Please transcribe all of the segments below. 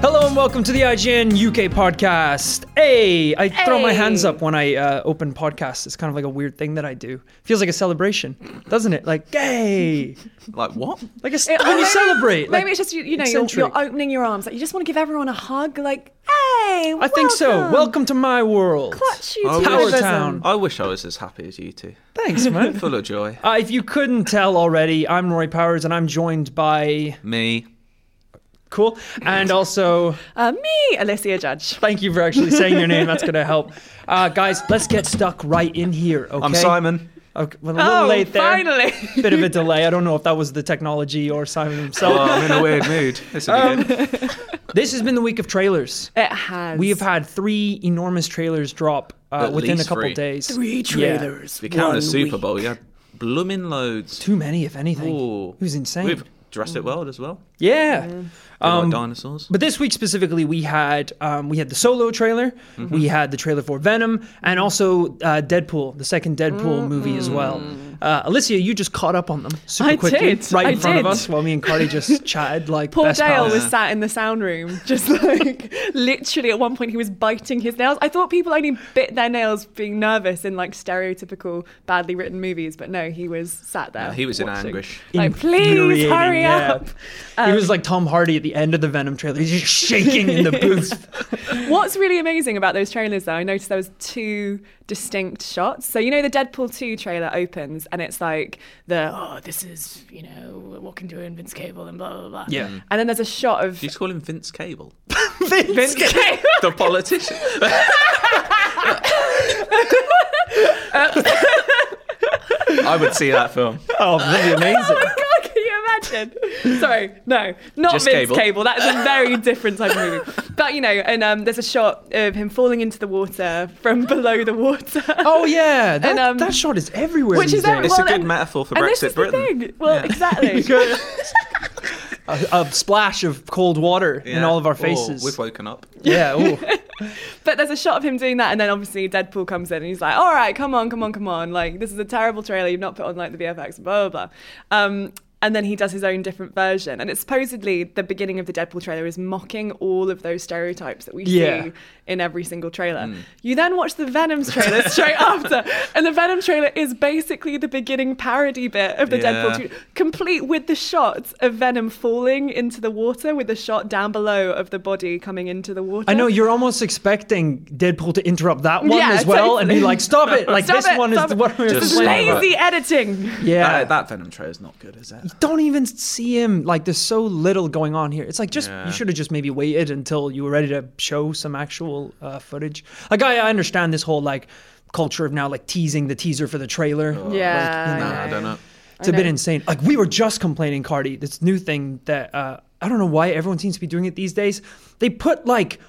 Hello and welcome to the IGN UK podcast. Hey, I throw my Hey. hands up when I uh, open podcasts. It's kind of like a weird thing that I do. Feels like a celebration, doesn't it? Like, hey, Like what? like a, It- when you maybe- celebrate. Maybe like, it's just you, you know you're, eccentric. you're opening your arms. Like you just want to give everyone a hug. Like hey, I think so. Welcome to my world. Clutch you Oh, to Power Power Town. I wish I was as happy as you two. Thanks, man. Full of joy. Uh, if you couldn't tell already, I'm Roy Powers and I'm joined by Me. cool and also Uh, me, Alicia Judge. thank you for actually saying your name. That's gonna help, uh, guys. Let's get stuck right in here. Okay. I'm Simon. Okay, well, a little late there. Oh, finally. Bit of a delay. I don't know if that was the technology or Simon himself. Oh, I'm in a weird mood. This will be Um, good. This has been the week of trailers. It has. We have had three enormous trailers drop uh, At within a least couple three. days. three trailers. We count one the Super week. Bowl. You had blooming loads. Too many, if anything. Ooh. It was insane. We've Jurassic World as well. yeah. They like dinosaurs. But this week specifically, we had um, we had the Solo trailer, Mm-hmm. we had the trailer for Venom, and also uh, Deadpool, the second Deadpool movie as well. Mm. Uh, Alicia, you just caught up on them super I quickly, did, right in I front of did. us, while me and Cardi just chatted like Poor best Dale pals. was sat in the sound room, just like literally at one point he was biting his nails. I thought people only bit their nails being nervous in like stereotypical badly written movies, but no, he was sat there. Yeah, he was in watching. anguish. Like, please Infuriating, hurry yeah. up. Um, he was like Tom Hardy at the end of the Venom trailer. He's just shaking in the booth. What's really amazing about those trailers, though, I noticed there was two distinct shots. So you know, the Deadpool two trailer opens, and it's like the oh, this is you know walking through Vince Cable and blah blah blah. Yeah. Mm. And then there's a shot of Do you just call him Vince Cable? Vince Cable. the politician. I would see that film. Oh, that'd be amazing. God, can you imagine? Sorry, no, not Just Vince Cable. Cable. That is a very different type of movie. But you know, and um, there's a shot of him falling into the water from below the water. Oh yeah, that, And, um, that shot is everywhere. which these is every- days. It's a Well, good and- metaphor for and Brexit this is Britain. the thing. Well, exactly. a, a splash of cold water in Yeah. all of our Oh, faces. we've woken up. yeah. ooh. But there's a shot of him doing that, and then obviously Deadpool comes in and he's like, "All right, come on, come on, come on! Like this is a terrible trailer. You've not put on like the VFX, blah blah." blah. Um, and then he does his own different version, and it's supposedly the beginning of the Deadpool trailer is mocking all of those stereotypes that we Yeah. Hmm. see in every single trailer. You then watch the Venom's trailer straight after, and the Venom trailer is basically the beginning parody bit of the Yeah. Deadpool trailer, complete with the shots of Venom falling into the water, with the shot down below of the body coming into the water. I know you're almost expecting Deadpool to interrupt that one Yeah, as well and be totally. like, "Stop it!" Like Stop this it, one stop is the it. one we're Just Just Slay explaining. lazy lazy editing. Yeah, That, that Venom trailer is not good, is it? don't even see him. Like there's so little going on here. It's like just Yeah. you should have just maybe waited until you were ready to show some actual uh, footage. Like I, I understand this whole like culture of now like teasing the teaser for the trailer. Yeah, Nah, I don't know. It's a bit know. insane. Like we were just complaining, Cardi, this new thing that uh, I don't know why everyone seems to be doing it these days. They put like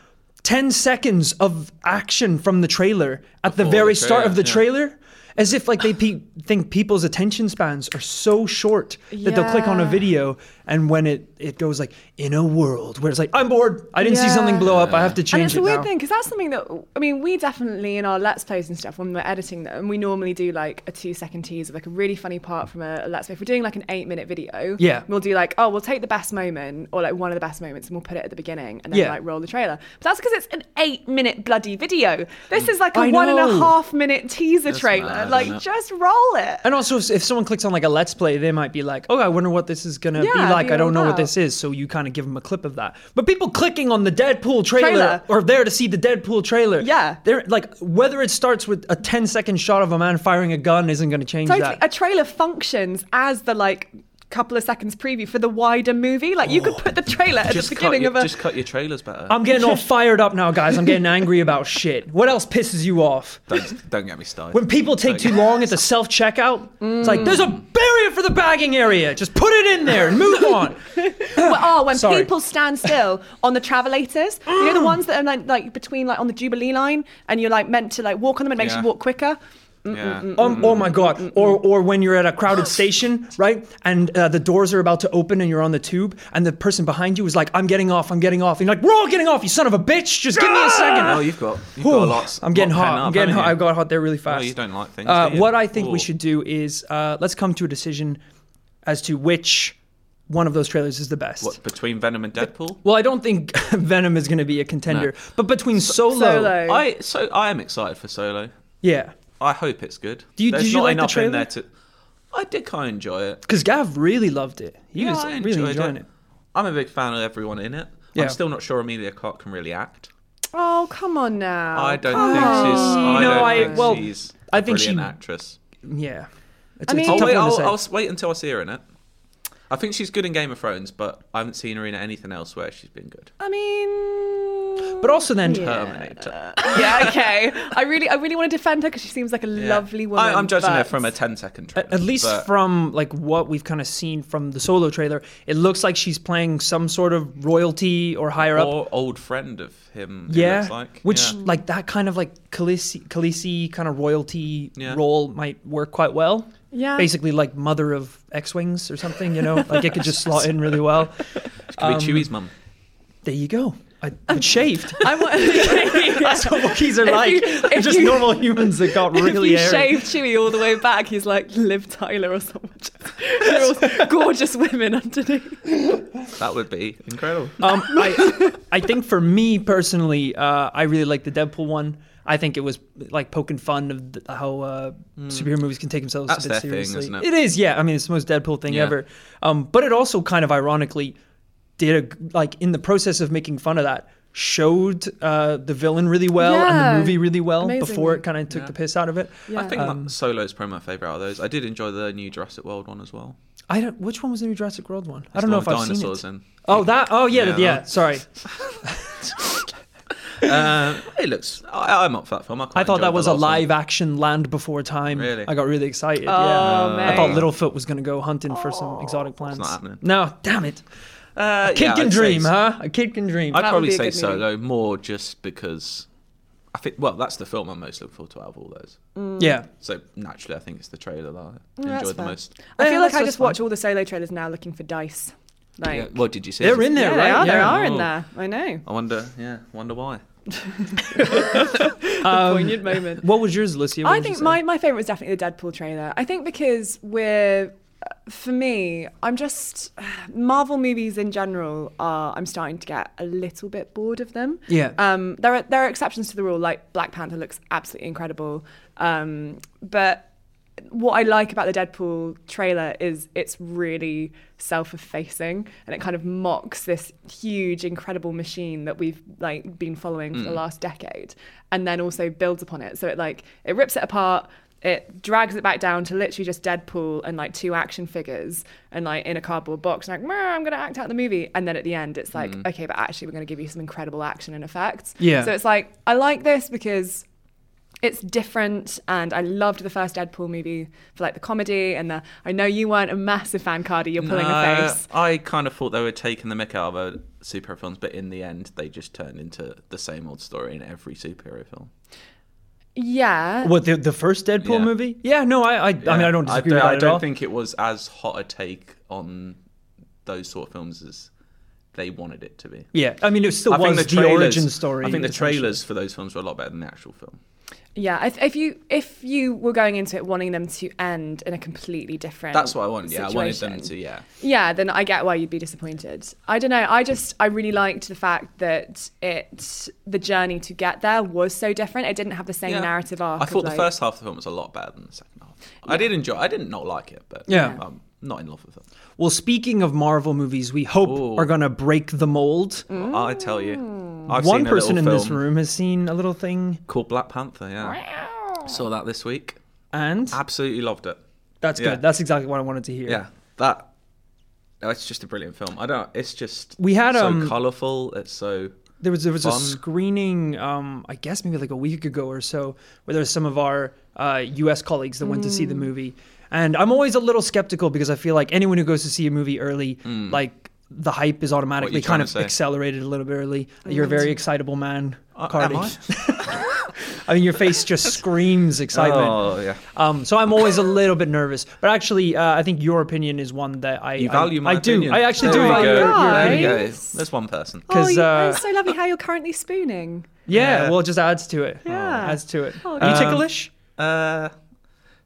10 seconds of action from the trailer at the Before very the start of the trailer, trailer. As if like they pe- think people's attention spans are so short that they'll click on a Yeah. video and when it it goes like in a world where it's like I'm bored. I didn't see something Yeah. blow up. I have to And change it's a it weird now. thing because that's something that I mean we definitely in our let's plays and stuff when we're editing them we normally do like a two second tease of like a really funny part from a, a let's play. If we're doing like an eight minute video, Yeah. we'll do like oh we'll take the best moment or like one of the best moments and we'll put it at the beginning and then Yeah. like roll the trailer. But that's because it's an eight minute bloody video. This is like a I one and know. a half minute teaser trailer. mad, isn't like it? just roll it. And also, if if someone clicks on like a Let's Play, they might be like, "Oh, I wonder what this is gonna Yeah, be like. be I don't all know what about. this is." So you kind of give them a clip of that. But people clicking on the Deadpool trailer, Trailer. or there to see the Deadpool trailer, Yeah. they're like, whether it starts with a 10 second shot of a man firing a gun isn't gonna change Totally. A that. trailer functions as the like couple of seconds preview for the wider movie. Like you could put the trailer at the Oh. Just cut, beginning your, of a just cut your trailers better. I'm getting all fired up now, guys. I'm getting angry about shit. What else pisses you off? don't, don't get me started. When people take too long at the self checkout, it's Mm. like there's a barrier for the bagging area. Just put it in there and move on. Well, oh, when Sorry. people stand still on the travelators, you know the ones that are like, like between like on the Jubilee line, and you're like meant to like walk on them. It makes Yeah. you walk quicker. yeah. Um, oh my god! Or or when you're at a crowded station, right? And uh, the doors are about to open, and you're on the tube, and the person behind you is like, "I'm getting off, I'm getting off." And you're like, "We're all getting off, you son of a bitch! Just give me a second. Oh, you've got you've got a lot. I'm getting lot hot. pent I'm up, getting haven't hot. I you? got hot there really No, fast. you don't like things. Uh, do you? what I think we Ooh. should do is uh, let's come to a decision as to which one of those trailers is the best. What between Venom and Deadpool? Well, I don't think Venom is going to be a contender, but between Solo, Solo. I so I am excited for Solo. yeah, I hope it's good. Do you- There's did you not like the enough in trailer? there to. I did kind of enjoy it. because Gav really loved it. He yeah, was I enjoyed really enjoying it. it. I'm a big fan of everyone in it. Yeah. I'm still not sure Amelia Clark can really act. Oh, come on now. I don't Come think she's. on. I Oh, No, don't I- think well, she's. I a think she- brilliant actress. Yeah, it's, I mean- it's a I'll tough one wait, to I'll, say. I'll s- wait until I see her in it. I think she's good in Game of Thrones, but I haven't seen her in anything else where she's been good. I mean. But also then, Terminator. yeah, okay. I really, I really want to defend her because she seems like a Yeah. lovely woman. I, am judging her but- from a 10 second trailer. at, at least but from like what we've kind of seen from the solo trailer, it looks like she's playing some sort of royalty or higher up. or old friend of him. it yeah, looks like. which Yeah. like that kind of like Khaleesi, Khaleesi kind of royalty Yeah. role might work quite well. Yeah. basically like mother of X wings or something. You know, like it could just slot in really well. It um, could be Chewie's mum. There you go. I, I'm shaved. I want. That's what Wookiees are like. you- They're if just you- normal humans that got really if you hairy. shave Chewy all the way back, he's like Liv Tyler or someone. They're all gorgeous women underneath. That would be incredible. Um, I, I think for me personally, uh, I really like the Deadpool one. I think it was like poking fun of th how uh, superhero movies can take themselves Hmm. That's a bit their thing, seriously. isn't it? It is, yeah. I mean, it's the most Deadpool thing Yeah. ever. Um, but it also kind of ironically did a g- like in the process of making fun of that showed uh, the villain really well and Yeah. the movie really well before Amazingly. it kind of took Yeah. the piss out of it. I think Um, that Solo's probably my favourite out of those. I did enjoy the new Jurassic World one as well. I don't. Which one was the new Jurassic World one? I don't know One if with I've seen dinosaurs it. Oh, that. Oh, yeah, yeah. Yeah, that- sorry, in. Um, it looks. I, I'm up for that film. I, quite Uh, I thought enjoyed the that was a last one. live action Land Before Time. Really? I got really excited. yeah. Oh, I thought mate. Littlefoot was going to go hunting for some exotic plants. not happening. No, damn it. Uh, Kid yeah, can I'd say dream, so. huh? A kid can dream. I'd That would probably be a say good movie. Solo more just because I think. Well, that's the film I'm most looking forward to out of all those. yeah. So naturally, I think it's the trailer that I Yeah, that's enjoyed the fair. most. I feel that's like I just just fine. watch all the solo trailers now looking for dice. Like, Yeah, well, did you see? They're it? in there, yeah, right? they are. There Yeah. are in Oh. there. I know. I wonder. Yeah, wonder why. Poignant Oh, moment. What was yours, Alicia? What I would you think say? my, my favorite was definitely the Deadpool trailer. I think because we're, uh, for me, I'm just Marvel movies in general are I'm starting to get a little bit bored of them. Yeah. Um, there are there are exceptions to the rule. Like Black Panther looks absolutely incredible, um, but what I like about the Deadpool trailer is it's really self-effacing and it kind of mocks this huge, incredible machine that we've like been following for the last decade, and then also builds upon it. So it like it rips it apart. It drags it back down to literally just Deadpool and like two action figures and like in a cardboard box, and like, "Meh, I'm gonna act out the movie. And then at the end, it's like, Mm. okay, but actually, we're gonna give you some incredible action and effects. Yeah. So it's like, I like this because it's different and I loved the first Deadpool movie for like the comedy and the I know you weren't a massive fan Cardi you're pulling a Uh, face I kind of thought they were taking the mick out of uh, superhero films, but in the end, they just turned into the same old story in every superhero film. yeah What, the, the first Deadpool Yeah. movie? Yeah, no, I I, I mean, I don't disagree I with that I at don't all. think it was as hot a take on those sort of films as they wanted it to be. Yeah, I mean, it still I was think the, the, trailers, origin story. I think the essentially. trailers for those films were a lot better than the actual film. Yeah, if, if you if you were going into it wanting them to end in a completely different That's what I wanted. Yeah, I wanted them situation. to. Yeah, Yeah, then I get why you'd be disappointed. I don't know. I just I really liked the fact that it the journey to get there was so different. It didn't have the same Yeah. narrative arc. I of, thought the like- first half of the film was a lot better than the second half. I did enjoy. I didn't not like it, but Yeah. I'm not in love with it. Well, speaking of Marvel movies, we hope Ooh. are going to break the mold. I tell you, Mm. One I've seen a person in little this film room has seen a little thing, called Black Panther. Yeah, saw that this week. and Absolutely loved it. that's good. Ah, yeah. That's exactly what I wanted to hear. Yeah, that. oh, It's just a brilliant film. I don't. It's just We had, so um, colourful. It's so There was there was a Fun. screening, um, I guess maybe like a week ago or so, where there was some of our uh, U.S. colleagues that went to see the movie, and I'm always a little skeptical because I feel like anyone who goes to see a movie early, like the hype is automatically Hmm. trying kind to of say? Uh, accelerated a little bit early. You're a very excitable man, Cardi. Am I? I mean, your face just screams excitement. Oh yeah. Um, so I'm always a little bit nervous, but actually, uh, I think your opinion is one that I You value I, my I do. opinion. I actually There do we value go. your, your There we opinion. go. Nice. There's one person. Oh, 'Cause, you, uh, it's so lovely how you're currently spooning. Yeah, Yeah. well, it just adds to it. Yeah. adds to it. Oh, Are you Um, ticklish? Uh,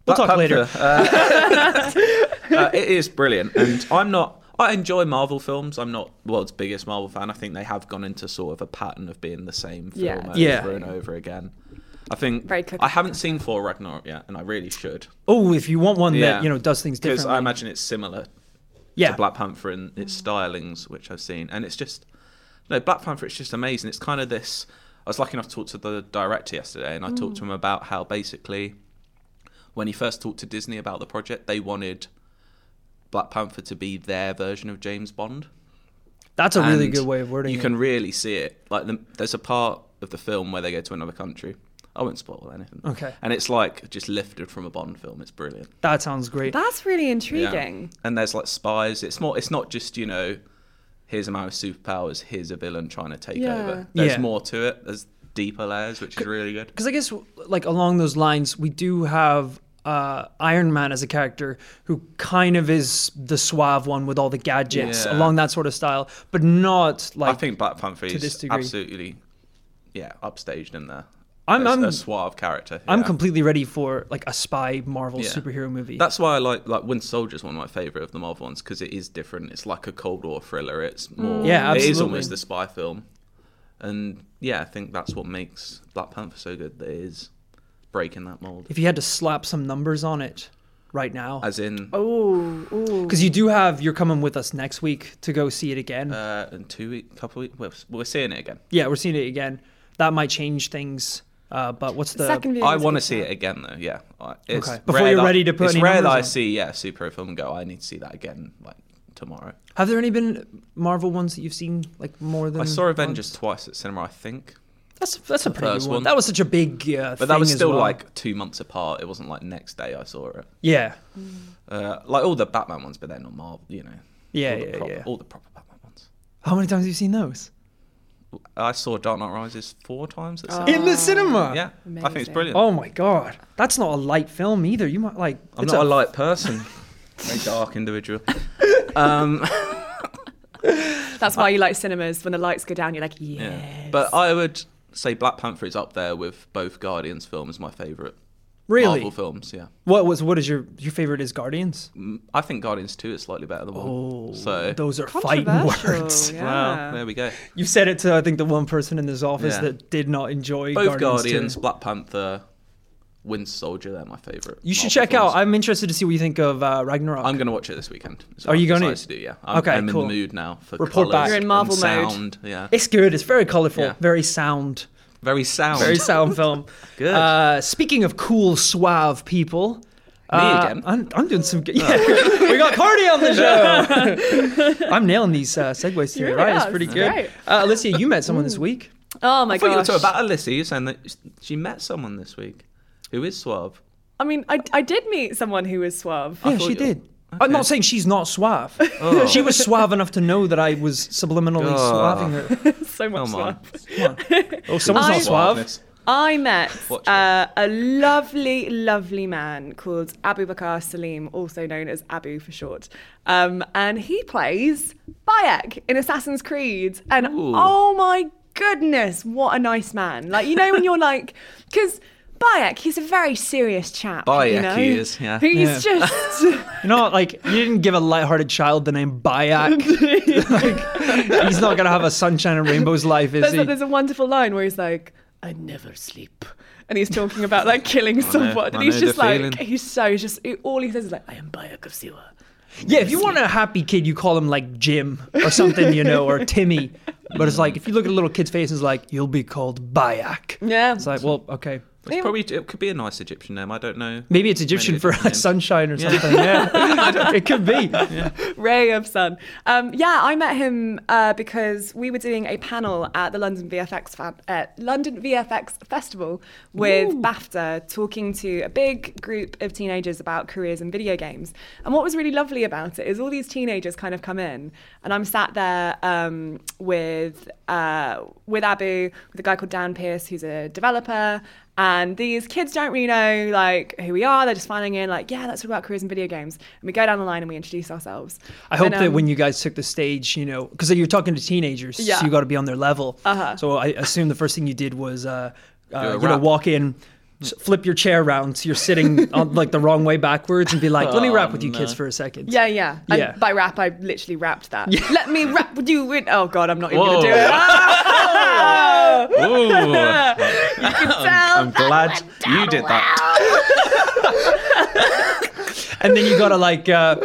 We'll Black talk later. Uh, uh, it is brilliant, and I'm not. I enjoy Marvel films. I'm not the world's biggest Marvel fan. I think they have gone into sort of a pattern of being the same film Yeah. over Yeah. and over again. I think Very cookie I haven't seen Thor Ragnarok yet, and I really should Oh, if you want one Yeah. that you know does things because differently. I imagine it's similar yeah, to Black Panther in its stylings, which I've seen, and it's just no Black Panther. It's just amazing. It's kind of this. I was lucky enough to talk to the director yesterday, and I talked Mm. to him about how basically, when he first talked to Disney about the project, they wanted Black Panther to be their version of James Bond. that's a really And good way of wording You it. can really see it. Like the, there's a part of the film where they go to another country. I won't spoil anything. Okay. And it's like just lifted from a Bond film. It's brilliant. that sounds great. That's really Yeah. intriguing. And there's like spies. It's more. It's not just you know, here's a man with superpowers. Here's a villain trying to take Yeah. over. There's Yeah. more to it. There's deeper layers, which is really good. Because I guess like along those lines, we do have uh, Iron Man as a character who kind of is the suave one with all the gadgets Yeah. along that sort of style, but not like I think Black Panther this is degree. absolutely, yeah, upstaged in there. I'm- There's I'm- a suave character. I'm yeah. completely ready for like a spy Marvel Yeah. superhero movie. That's why I like like Winter Soldier is one of my favorite of the Marvel ones because it is different. It's like a Cold War thriller. It's more. Yeah, It is absolutely. almost a spy film, and yeah, I think that's what makes Black Panther so good. That it is breaking that mold. if you had to slap some numbers on it right now, As in, Ooh, ooh. because you do have you're coming with us next week to go see it again. uh, in two week, couple weeks, we're, we're seeing it again. yeah, we're seeing it again. That might change things. Uh, but what's the Second viewing. I is want to good. see it again though. Yeah, I- it's Okay. Before rare you're that- ready to put It's any rare that numbers I on. see yeah superhero film and go. I need to see that again like tomorrow. Have there any been Marvel ones that you've seen like more than I saw Avengers twice at cinema, I think, That's that's a pretty good first one. one. That was such a big uh, but that was thing as still well. like two months apart. It wasn't like next day I saw it. yeah, Uh, like all the Batman ones, but they're not Marvel. You know. yeah, all the yeah, proper, yeah. All the proper Batman ones. How many times have you seen those I saw Dark Knight Rises four times at cinema. in the cinema? Uh, yeah, I think it's Amazing. brilliant. Oh my god, that's not a light film either. You might like. I'm it's not a, light person. Very dark individual. Um, That's why you like cinemas. When the lights go down, you're like, yeah. yeah. But I would say Black Panther is up there with both Guardians films, my favourite. really. Marvel films, yeah. What was what is your your favorite is Guardians? Mm, I think Guardians 2 is slightly better than one. Oh, so, those are fighting Controversial, words. Yeah. well, there we go. You said it to I think the one person in this office Yeah. that did not enjoy Both Guardians. Guardians, 2. Black Panther, Winter Soldier, they're my favourite. You should Marvel check films. out. I'm interested to see what you think of uh, Ragnarok. I'm going to watch it this weekend. is Are what you I've gonna- decided to do, yeah. I'm, Okay, I'm cool. in the mood now for Report colours back. You're in Marvel and mode. sound, yeah. it's good. It's very colorful. Yeah. Very sound. Very sound. Very sound film. Good. Uh, speaking of cool, suave people. uh, again? I'm, I'm doing some good. Oh. Yeah. we got Cardi on the show. I'm nailing these uh, segues today, really right? It's are. pretty It's good. great. Uh, Alicia, you met someone this week. Oh my I thought you were gosh. talking about Alyssa. You're saying that she met someone this week who is suave. I mean, I, I did meet someone who was suave. Yeah, thought she you- Oh, did. I'm not saying she's not suave. She was suave enough to know that I was subliminally Oh. suaving her. so much Come on. suave. Oh, someone's I- not suave. Suaveness. I met Watch uh, a lovely, lovely man called Abu Bakar Salim, also known as Abu for short. Um, and he plays Bayek in Assassin's Creed. And Ooh. oh my goodness, what a nice man. Like, you know, when you're like, because Bayek, he's a very serious chap. you know? Bayek he is, yeah. He's Yeah. just. You know, like you didn't give a light-hearted child the name Bayak. like, he's not gonna have a sunshine and rainbows life, is there's, he? a, there's a wonderful line where he's like, I never sleep. And he's talking about like killing someone. I and he's know the just like, feeling. he's so just, he- all he says is like, I am Bayek of Siwa. Yeah, if you want a happy kid, you call him like Jim or something, you know, or Timmy. But it's like if you look at a little kid's face, it's like you'll be called Bayak. Yeah. It's like, well, okay, It's probably it could be a nice Egyptian name. I don't know. maybe it's Egyptian Maybe for Egyptian. sunshine or something. Yeah, it could be. Ray of Sun. Um, yeah, I met him uh, because we were doing a panel at the London VFX fan, uh, London VFX Festival with BAFTA, talking to a big group of teenagers about careers in video games. And what was really lovely about it is all these teenagers kind of come in, and I'm sat there um, with uh, with Abu, with a guy called Dan Pierce, who's a developer, and these kids don't really know like who we are. They're just finding in like, yeah, that's about careers in video games. And we go down the line and we introduce ourselves. I hope And, that um, when you guys took the stage, you know, because you're talking to teenagers, Yeah. so you got to be on their level. Uh-huh. So I assume the first thing you did was, uh, uh, a you know, rap. walk in, s- flip your chair around, so you're sitting on like the wrong way backwards, and be like, "Let me rap with you Oh, kids for a second. Yeah, yeah. Yeah. And by rap, I literally rapped that. Let me rap with you. In- oh God, I'm not even gonna Whoa. do it. Ah! Ooh, I'm, you can tell. I'm glad you did that. and then you gotta like uh,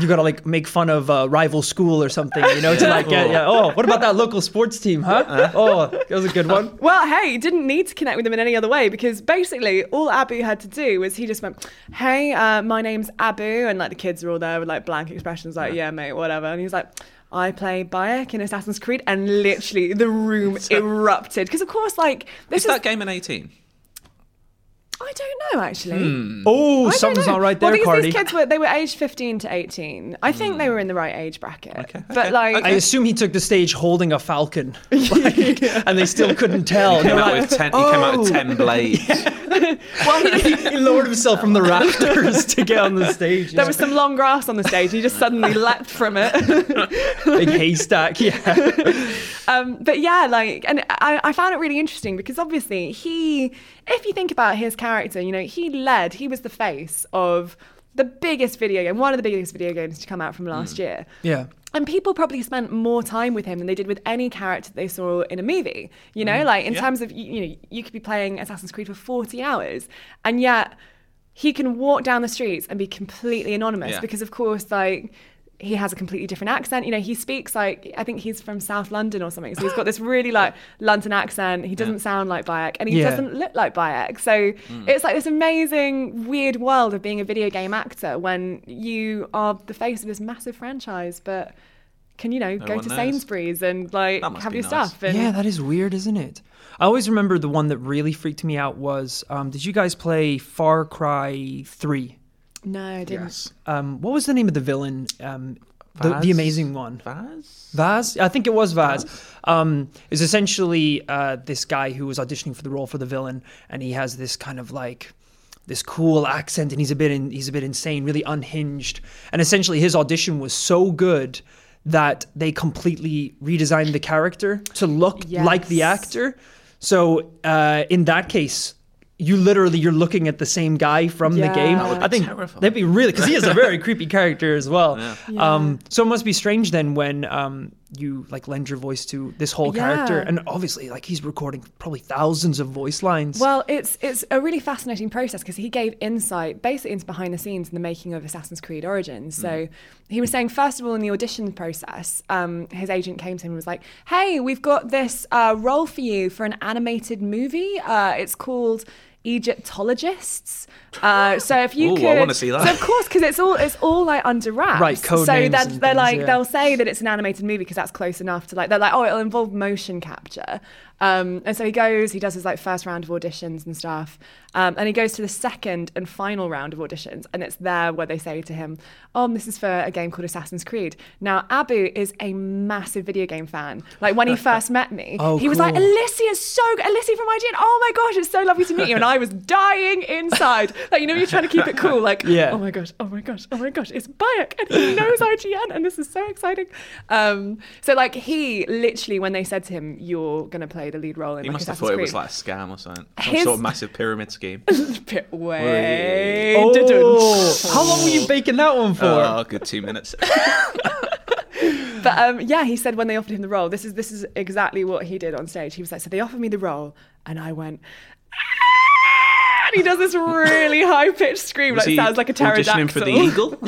you gotta like make fun of uh, rival school or something you know to like get, yeah oh what about that local sports team huh oh that was a good one Well, hey, didn't need to connect with them in any other way because basically all Abu had to do was he just went, "Hey, uh, my name's Abu," and like the kids were all there with like blank expressions, like "Yeah, mate, whatever," and he's like. I play Bayek in Assassin's Creed, and literally the room erupted because, of course, like this Is is, that game in 18? I don't know actually. oh I don't something's know. not right there well, these, cardi These kids were they were aged 15 to 18. I think they were in the right age bracket. Okay, But okay, like I assume he took the stage holding a falcon, Like, and they still couldn't tell. Oh, Came They were out like- with ten, He came out with ten blades. well, he- he, he lowered himself from the rafters to get on the stage. there yeah. was some long grass on the stage and he just suddenly leapt from it. big haystack. Yeah, Um, but yeah, like, and I, I found it really interesting because obviously he, if you think about his character, you know, he led, he was the face of the biggest video game, one of the biggest video games to come out from last year. yeah. And people probably spent more time with him than they did with any character they saw in a movie. You know, like in terms of, you, you know, you could be playing Assassin's Creed for 40 hours and yet he can walk down the streets and be completely anonymous Yeah. because, of course, like, he has a completely different accent. You know, he speaks like I think he's from South London or something. So he's got this really like London accent. He doesn't sound like Bayek, and he Yeah. doesn't look like Bayek. So Hmm. it's like this amazing, weird world of being a video game actor when you are the face of this massive franchise, but can you know go one to knows. Sainsbury's and like That must have be your nice. stuff? And Yeah, that is weird, isn't it? I always remember the one that really freaked me out was um, did you guys play Far Cry 3? no, I didn't. Um, what was the name of the villain? Um, the, Vaz? the amazing one. Oh Vaz? Vaz? I think it was Vaz. Um, is essentially uh, this guy who was auditioning for the role for the villain, and he has this kind of like this cool accent, and he's a bit in, he's a bit insane, really unhinged. And essentially, his audition was so good that they completely redesigned the character to look like the Yes. actor. So uh, in that case. You literally you're looking at the same guy from the Yeah. game. That would I think terrifying. that'd be really because he is a very creepy character as well. Um, so it must be strange then when um, you like lend your voice to this whole character, Yeah. and obviously like he's recording probably thousands of voice lines. Well, it's it's a really fascinating process because he gave insight basically into behind the scenes in the making of Assassin's Creed Origins. Mm. So he was saying first of all in the audition process, um, his agent came to him and was like, "Hey, we've got this uh, role for you for an animated movie. Uh, it's called." Egyptologists. Uh, so if you Ooh, I could, wanna see that. So of course, because it's all it's all like under wraps. Right, code so names that and they're things, like yeah. they'll say that it's an animated movie because that's close enough to like they're like oh it'll involve motion capture Um, and so he goes, he does his like first round of auditions and stuff. Um, and he goes to the second and final round of auditions. And it's there where they say to him, Oh, this is for a game called Assassin's Creed. Now, Abu is a massive video game fan. Like when he first met me, Oh, he was like, cool. Alessia is so good. Alessia from IGN. Oh my gosh, it's so lovely to meet you. And I was dying inside. Like, you know, you're trying to keep it cool. Like, Yeah. oh my gosh, oh my gosh, oh my gosh, it's Bayek and he knows IGN and this is so exciting. Um, so, like, he literally, when they said to him, you're going to play the lead role in He like, must have Assassin's thought it was Creed," like a scam or something. Some His- sort of massive pyramid scheme. Bit- Wait. Oh, didn't. how long were you baking that one for? oh, good two minutes. But um, yeah, he said when they offered him the role, this is this is exactly what he did on stage. He was like, so they offered me the role, and I went. "Ah!" And he does this really high pitched scream, Was like he sounds like a pterodactyl. auditioning for the eagle?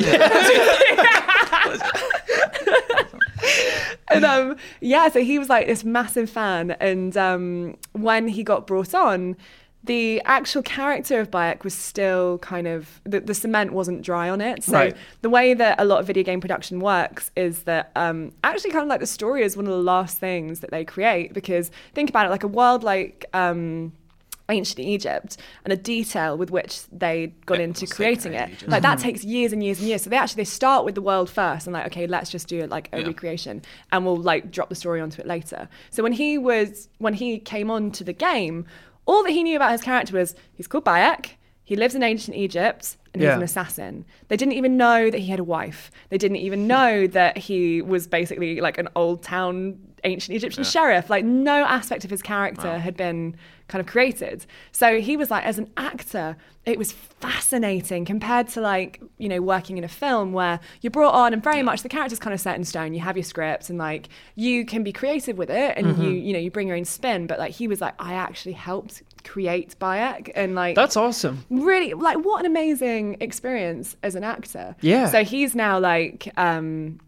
and um, yeah, so he was like this massive fan, and um, when he got brought on, the actual character of Bayek was still kind of the, the cement wasn't dry on it. So Right. the way that a lot of video game production works is that um, actually kind of like the story is one of the last things that they create because think about it like a world like. Um, ancient Egypt and the detail with which they got Yeah, into we'll say creating it ancient Egypt. like that takes years and years and years so they actually they start with the world first and like okay let's just do like a Yeah. recreation and we'll like drop the story onto it later so when he was when he came on to the game all that he knew about his character was he's called bayek he lives in ancient egypt and he's Yeah. an assassin they didn't even know that he had a wife they didn't even know that he was basically like an old town ancient egyptian sheriff like no aspect of his character had been kind of created so he was like as an actor it was fascinating compared to like you know working in a film where you're brought on and very much the character's kind of set in stone you have your scripts and like you can be creative with it and you you know you bring your own spin but like he was like i actually helped create bayek and like That's awesome. really like what an amazing experience as an actor Yeah. so he's now like um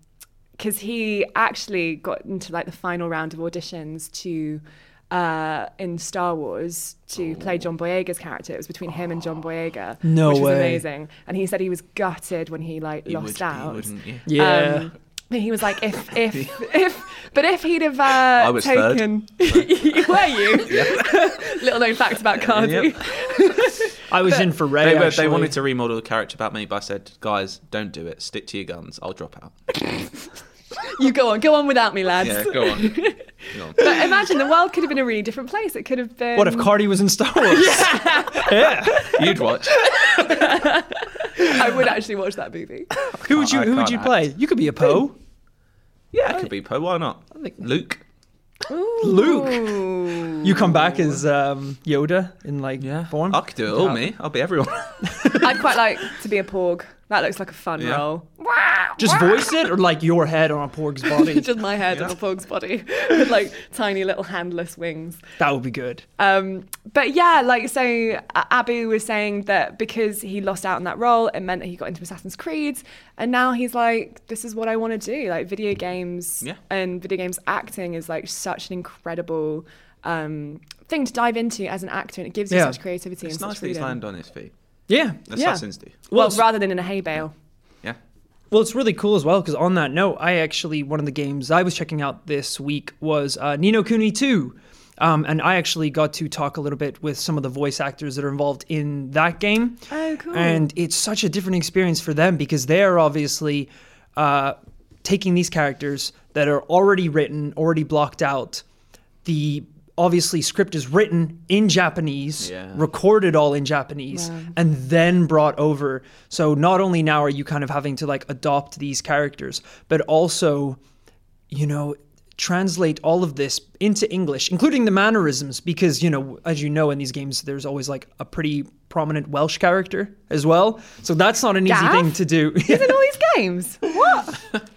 because he actually got into like the final round of auditions to uh in star wars to play john boyega's character it was between him and john boyega No which was way. amazing and he said he was gutted when he like You would lost be, out wouldn't you? Yeah. um, but he was like, if, if, if, but if he'd have uh, I was third. taken, were you? Little known fact about Cardi. Yep. I was in for Ray. They, were, actually. they wanted to remodel the character about me, but I said, guys, don't do it. Stick to your guns. I'll drop out. You go on, go on without me, lads. Yeah, go on. Go on. But imagine the world could have been a really different place. It could have been. What if Cardi was in Star Wars? You'd watch. I would actually watch that movie. Who would you I Who would can't you act. play? You could be a Poe. Yeah, it could be Poe. Why not? Luke. Luke. Ooh. You come back as um, Yoda in like form. I could do it all, me. I'll be everyone. I'd quite like to be a porg. That looks like a fun Yeah. role. Just voice it, or like your head on a porg's body. Just my head and a porg's body with like tiny little handless wings. that would be good. Um, but yeah, like so, uh, Abu was saying that because he lost out on that role, it meant that he got into Assassin's Creed, and now he's like, "This is what I want to do." Like video games Yeah. and video games acting is like such an incredible um, thing to dive into as an actor, and it gives you Yeah. such creativity It's and nice such that he's freedom. landed on his feet. Yeah. Yeah. Assassins do. Well, Well, rather than in a hay bale. Yeah. Well, it's really cool as well because on that note, I actually one of the games I was checking out this week was uh, Nino Kuni 2. Um, and I actually got to talk a little bit with some of the voice actors that are involved in that game. Oh, cool. And it's such a different experience for them because they're obviously uh, taking these characters that are already written, already blocked out. The obviously script is written in Japanese, Yeah. recorded all in Japanese and then brought over. So not only now are you kind of having to like adopt these characters, but also, you know, translate all of this into English, including the mannerisms, because, you know, as you know, in these games, there's always like a pretty prominent Welsh character as well. So that's not an easy Gaff? thing to do. He's in all these games. What?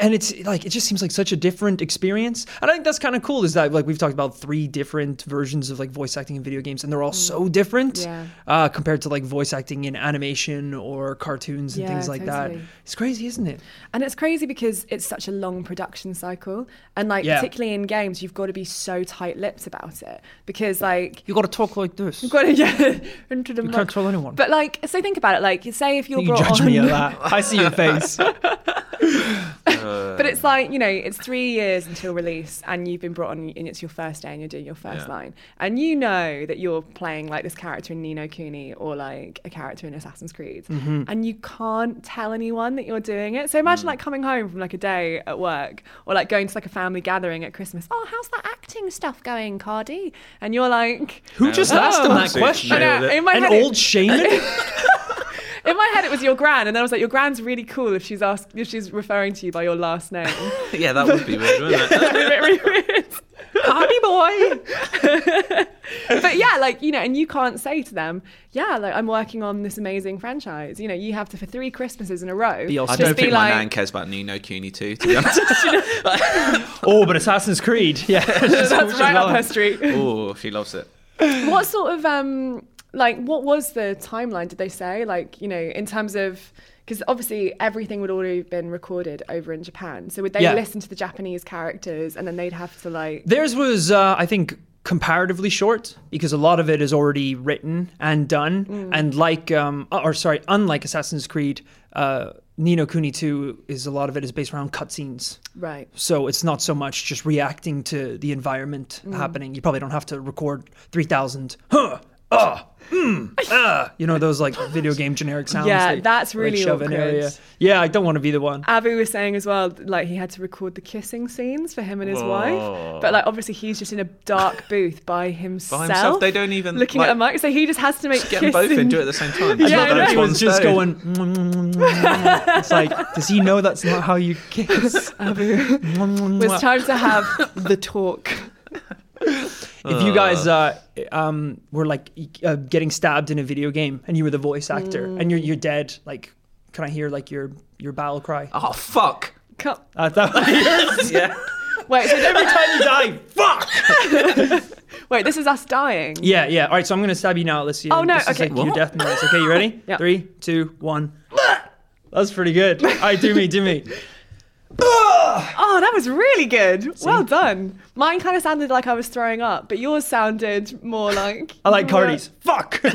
and it's like it just seems like such a different experience and i think that's kind of cool is that like we've talked about three different versions of like voice acting in video games and they're all so different Mm. Yeah. uh, compared to like voice acting in animation or cartoons and Yeah, things like that totally. it's crazy isn't it And it's crazy because it's such a long production cycle. And like Yeah. particularly in games, you've got to be so tight lipped about it. Because like you got to talk like this got to yeah, into the can't mug. tell anyone. But like, so think about it. Like, say if you're you brought judge on, me at that i see your face But it's like, you know, it's three years until release and you've been brought on and it's your first day and you're doing your first Yeah. line. And you know that you're playing like this character in Nino Cooney or like a character in Assassin's Creed. Mm-hmm. And you can't tell anyone that you're doing it. So Mm. imagine like coming home from like a day at work or like going to like a family gathering at Christmas. Oh, how's that acting stuff going, Cardi? And you're like, Who just Oh. asked him that Absolutely question? I nailed know, it. in my An head it- old shaman? in my head, it was your gran, and then I was like, your gran's really cool if she's asked if she's referring to you by your last name. yeah, that would be weird, wouldn't it? That'd be really weird. Party boy. but yeah, like you know, and you can't say to them, yeah, like I'm working on this amazing franchise. You know, you have to for three Christmases in a row. Be all I Just don't be think like- my nan cares about Nino Cooney too. To be honest, Oh, but Assassin's Creed. Yeah. That's right up her street. oh, she loves it. what sort of um like what was the timeline did they say like you know in terms of because obviously everything would already have been recorded over in japan so would they Yeah. listen to the japanese characters and then they'd have to like Theirs was, uh, I think, comparatively short because a lot of it is already written and done. And like, um, or sorry, unlike Assassin's Creed, uh, Nino Kuni 2 is a lot of it is based around cutscenes. right So it's not so much just reacting to the environment Mm. happening. You probably don't have to record 3,000. Huh. Uh, mm, uh, you know those like video game generic sounds. Yeah, they- that's they really shove in awkward. area. Yeah, I don't want to be the one. abu was saying as well like he had to record the kissing scenes for him and his wife but like obviously he's just in a dark booth by himself, They don't even, looking like- at a mic so he just has to make Get them both kissing- in, do it at the same time. I Yeah, I thought know. that He was just Stone. going. "Mm, it's like, does he know that's not how you kiss? Mm, abu was trying to have the talk if you guys uh, um, were like e- uh, getting stabbed in a video game and you were the voice actor Mm. and you're you're dead, like, can I hear like your your battle cry? Oh fuck! Come- Uh, that would be yours. Yeah, wait so Every time you die, fuck. wait this is us dying Yeah, yeah. All right, so I'm gonna stab you now. Let's see. Oh, no, This okay. Is like your What? death noise. Okay, you ready? Yeah. Three, two, one. That's pretty good. All right, do me, do me. Oh, that was really good. Well done. Mine kind of sounded like I was throwing up, but yours sounded more like. I like Cardi's. Fuck. you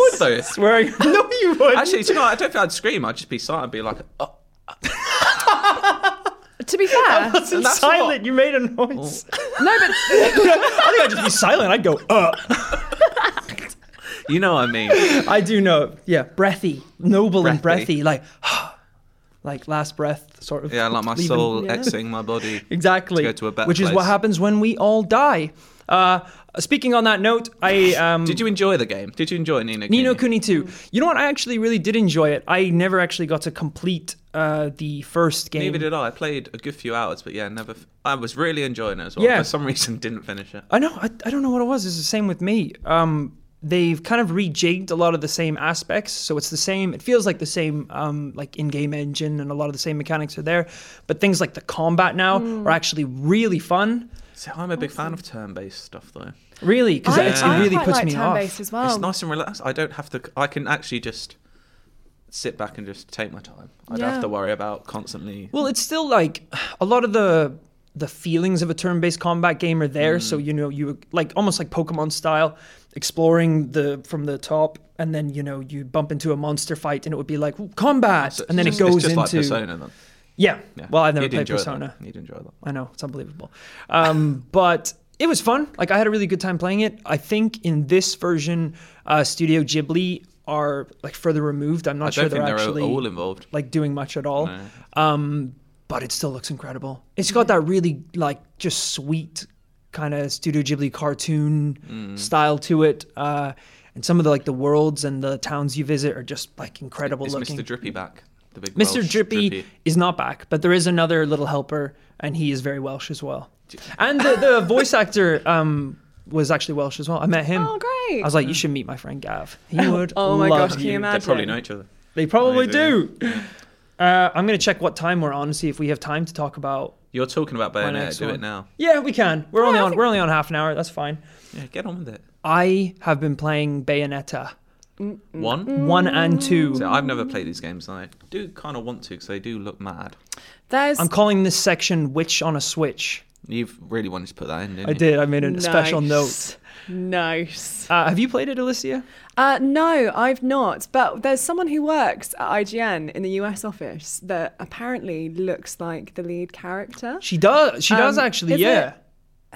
would though. Swearing. No, you would. Actually, do you know? what? I don't think I'd scream. I'd just be silent and be like, oh, To be fair, no, wasn't that's silent. You made a noise. but I think I'd just be silent. I'd go, uh. you know what I mean? I do know. Yeah, breathy, noble and breathy, Breathy. like, like last breath, sort of. Yeah, like my leaving- soul yeah. exiting my body. Exactly. to go to a better Which is what place. happens when we all die. Uh, speaking on that note, I um, Did you enjoy the game? Did you enjoy Nino? Nino Kuni 2. You know what? I actually really did enjoy it. I never actually got to complete uh, the first game. Neither did I. I played a good few hours, but yeah, never. F- I was really enjoying it as well. Yeah. For some reason, didn't finish it. I know. I, I don't know what it was. It's the same with me. Um, they've kind of rejigged a lot of the same aspects, so it's the same. It feels like the same, um, like in-game engine, and a lot of the same mechanics are there. But things like the combat now Hmm. are actually really fun. So I'm a big fan of turn-based stuff, though. Really, because I, it actually I really quite puts like me turn-based off. as well. It's nice and relaxed. I don't have to. I can actually just sit back and just take my time. I don't Yeah. have to worry about constantly. Well, it's still like a lot of the the feelings of a turn-based combat game are there. So Mm. you know, you like almost like Pokemon style, exploring the from the top, and then you know you bump into a monster fight, and it would be like combat, So it's and then just- it goes it's just into like Persona. Then. Yeah. Yeah. Well, I've never You'd played enjoy Persona. That. You'd enjoy that. I know it's unbelievable, um, but it was fun. Like I had a really good time playing it. I think in this version, uh, Studio Ghibli are like further removed. I'm not I sure don't they're think they're actually all involved. like doing much at all. Um, but it still looks incredible. It's got that really like just sweet kind of Studio Ghibli cartoon Mm-hmm. style to it. Uh, and some of the like the worlds and the towns you visit are just like incredible Is looking. Mr. Drippy Oh, back? The big Mr. Welsh Drippy, is not back, but there is another little helper, and he is very Welsh as well. And the, the voice actor um, was actually Welsh as well. I met him. Oh, great. I was like, Mm. you should meet my friend Gav. He would. Oh my love gosh, can you. you They imagine? probably know each other. They probably Amazing. do. Uh, I'm gonna check what time we're on and see if we have time to talk about. You're talking about next Bayonetta. Do one. it now. Yeah, we can. We're only I on. think- We're only on half an hour. That's fine. Yeah, get on with it. I have been playing Bayonetta Mm. One. one and two. So I've never played these games, and I do kind of want to because they do look mad. There's I'm calling this section "Witch on a Switch." You've really wanted to put that in, didn't I you? did. I made a special note. Nice. Nice. Uh, have you played it, Alicia? Uh, no, I've not. But there's someone who works at IGN in the US office that apparently looks like the lead character. She does. She does Um, actually. is Yeah.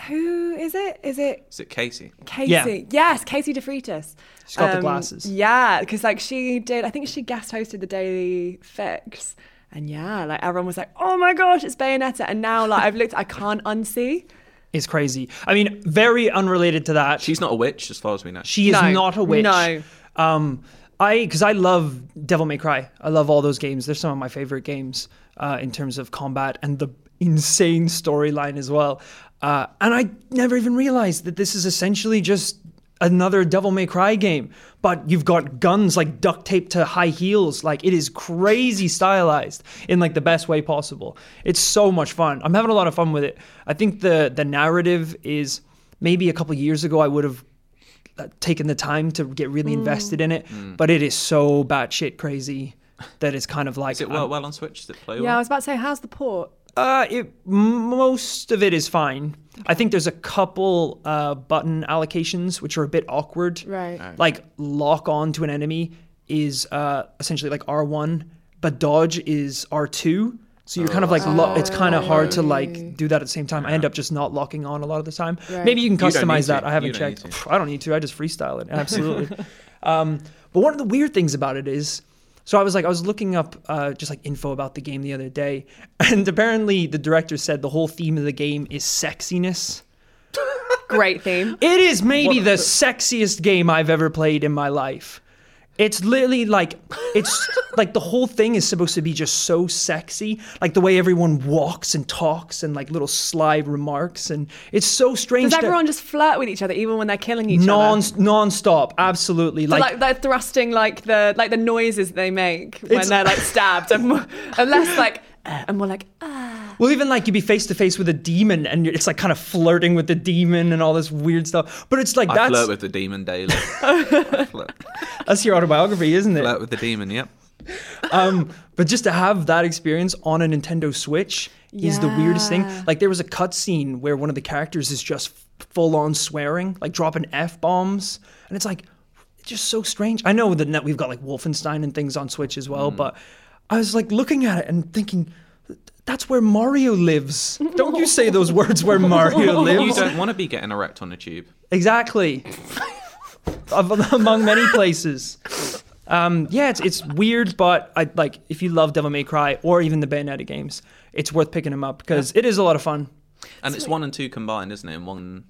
Who is it? Is it Is it Casey? Casey? Yes, Casey DeFritis. Um, She's got the glasses. Yeah, because like she did, I think she guest hosted the Daily Fix. And yeah, like everyone was like, oh my gosh, it's Bayonetta. And now like I've looked, I can't unsee. It's crazy. I mean, very unrelated to that. She's not a witch, as far as we know. She is No, not a witch. no. Um, I because I love Devil May Cry. I love all those games. They're some of my favorite games uh, in terms of combat and the insane storyline as well. Uh, and I never even realized that this is essentially just another Devil May Cry game, but you've got guns like duct taped to high heels. Like it is crazy stylized in like the best way possible. It's so much fun. I'm having a lot of fun with it. I think the the narrative is maybe a couple years ago I would have uh, taken the time to get really invested in it. Mm. But it is so batshit crazy that it's kind of like Is it well, well on Switch? Does it play Yeah, I well? was about to say, how's the port? uh, it, most of it is fine. I think there's a couple uh, button allocations which are a bit awkward. Right. Right. Like lock on to an enemy is uh, essentially like R1, but dodge is R2. So you're Oh, kind of like lo- it's kind of hard to like do that at the same time. I end up just not locking on a lot of the time. Maybe you can You don't need customize that. to. I haven't You don't need checked. to. Pff, I don't need to. I just freestyle it. Absolutely. um, but one of the weird things about it is, so I was like, I was looking up uh, just like info about the game the other day, and apparently the director said the whole theme of the game is sexiness. Great theme. It is maybe the sexiest game I've ever played in my life. It's literally like it's like the whole thing is supposed to be just so sexy, like the way everyone walks and talks and like little sly remarks, and it's so strange. Does that- everyone just flirt with each other even when they're killing each non other? non-stop absolutely So, like, like, they're thrusting like the like the noises they make when It's- they're like stabbed, and more, and less like uh, and more like ah. well even like you'd be face to face with a demon and it's like kind of flirting with the demon and all this weird stuff but it's like I that's flirt with the demon daily. I flirt, that's your autobiography isn't it flirt with the demon, yep. um but just to have that experience on a nintendo switch is the weirdest thing Yeah. like there was a cutscene where one of the characters is just full on swearing like dropping f-bombs and it's like it's just so strange i know that now we've got like wolfenstein and things on switch as well but i was like looking at it and thinking that's where Mario lives. Don't you say those words where Mario You lives. don't want to be getting erect on a tube. Exactly. Of- Among many places. Um, yeah, it's it's weird, but I like if you love Devil May Cry or even the Bayonetta games, it's worth picking them up because it is a lot of fun. And it's one and two combined, isn't it? In one.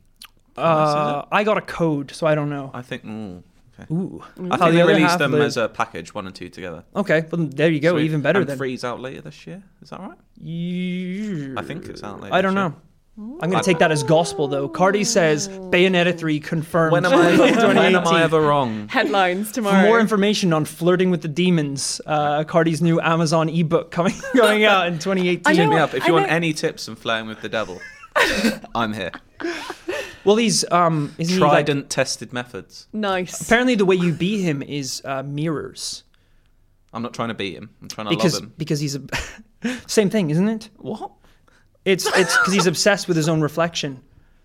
Uh, I got a code, so I don't know. I think. Ooh, okay. Ooh. I How think the they other released half them live. as a package, one and two together. Okay, well there you go, Sweet. even better and than. Three's out later this year. Is that right? I think it's out later. I don't this year. know. I'm gonna take that as gospel though. Cardi says Bayonetta three confirmed. When am I? when am 2018. I ever wrong? headlines For tomorrow. more information on flirting with the demons, uh, Cardi's new Amazon ebook coming going out in 2018. I Hit me know- up if I you want know- any tips on flirting with the devil. I'm here. Well, he's um, isn't he, like- Tried and tested methods. nice. apparently, the way you beat him is uh, mirrors I'm not trying to beat him. I'm trying to because love him. because he's a same thing, isn't it? What? It's it's because he's obsessed with his own reflection.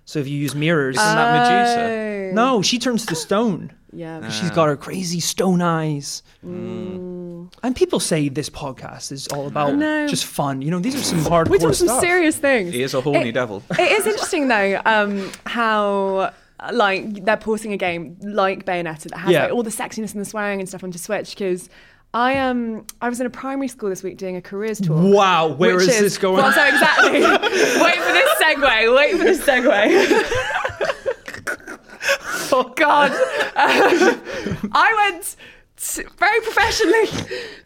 So if you use mirrors, Uh, Isn't that Medusa? Oh. no, she turns to stone. Yeah. She's got her crazy stone eyes. Mm. And people say this podcast is all about No. just fun. You know, these are some hardcore we talk some stuff. serious things. He is a horny It- devil. It is interesting though um, how uh, like they're porting a game like Bayonetta that has Yeah. like, all the sexiness and the swearing and stuff onto Switch because. I um I was in a primary school this week doing a careers tour. Wow, where which is this going? Well, so exactly. wait for this segue. Wait for this segue. oh God. Um, I went t very professionally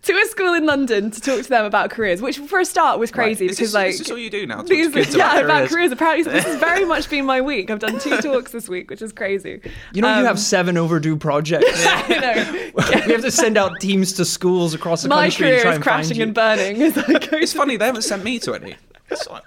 to a school in London to talk to them about careers, which for a start was crazy Right. Is because this- like is this all you do now? Talk to these- kids yeah, about about careers? careers. Apparently, this has very much been my week. I've done two talks this week, which is crazy. You know, Um, you have seven overdue projects. I know. we have to send out teams to schools across the My country. and career try is and crashing find you. and burning as I go It's funny they haven't sent me to any. It's like-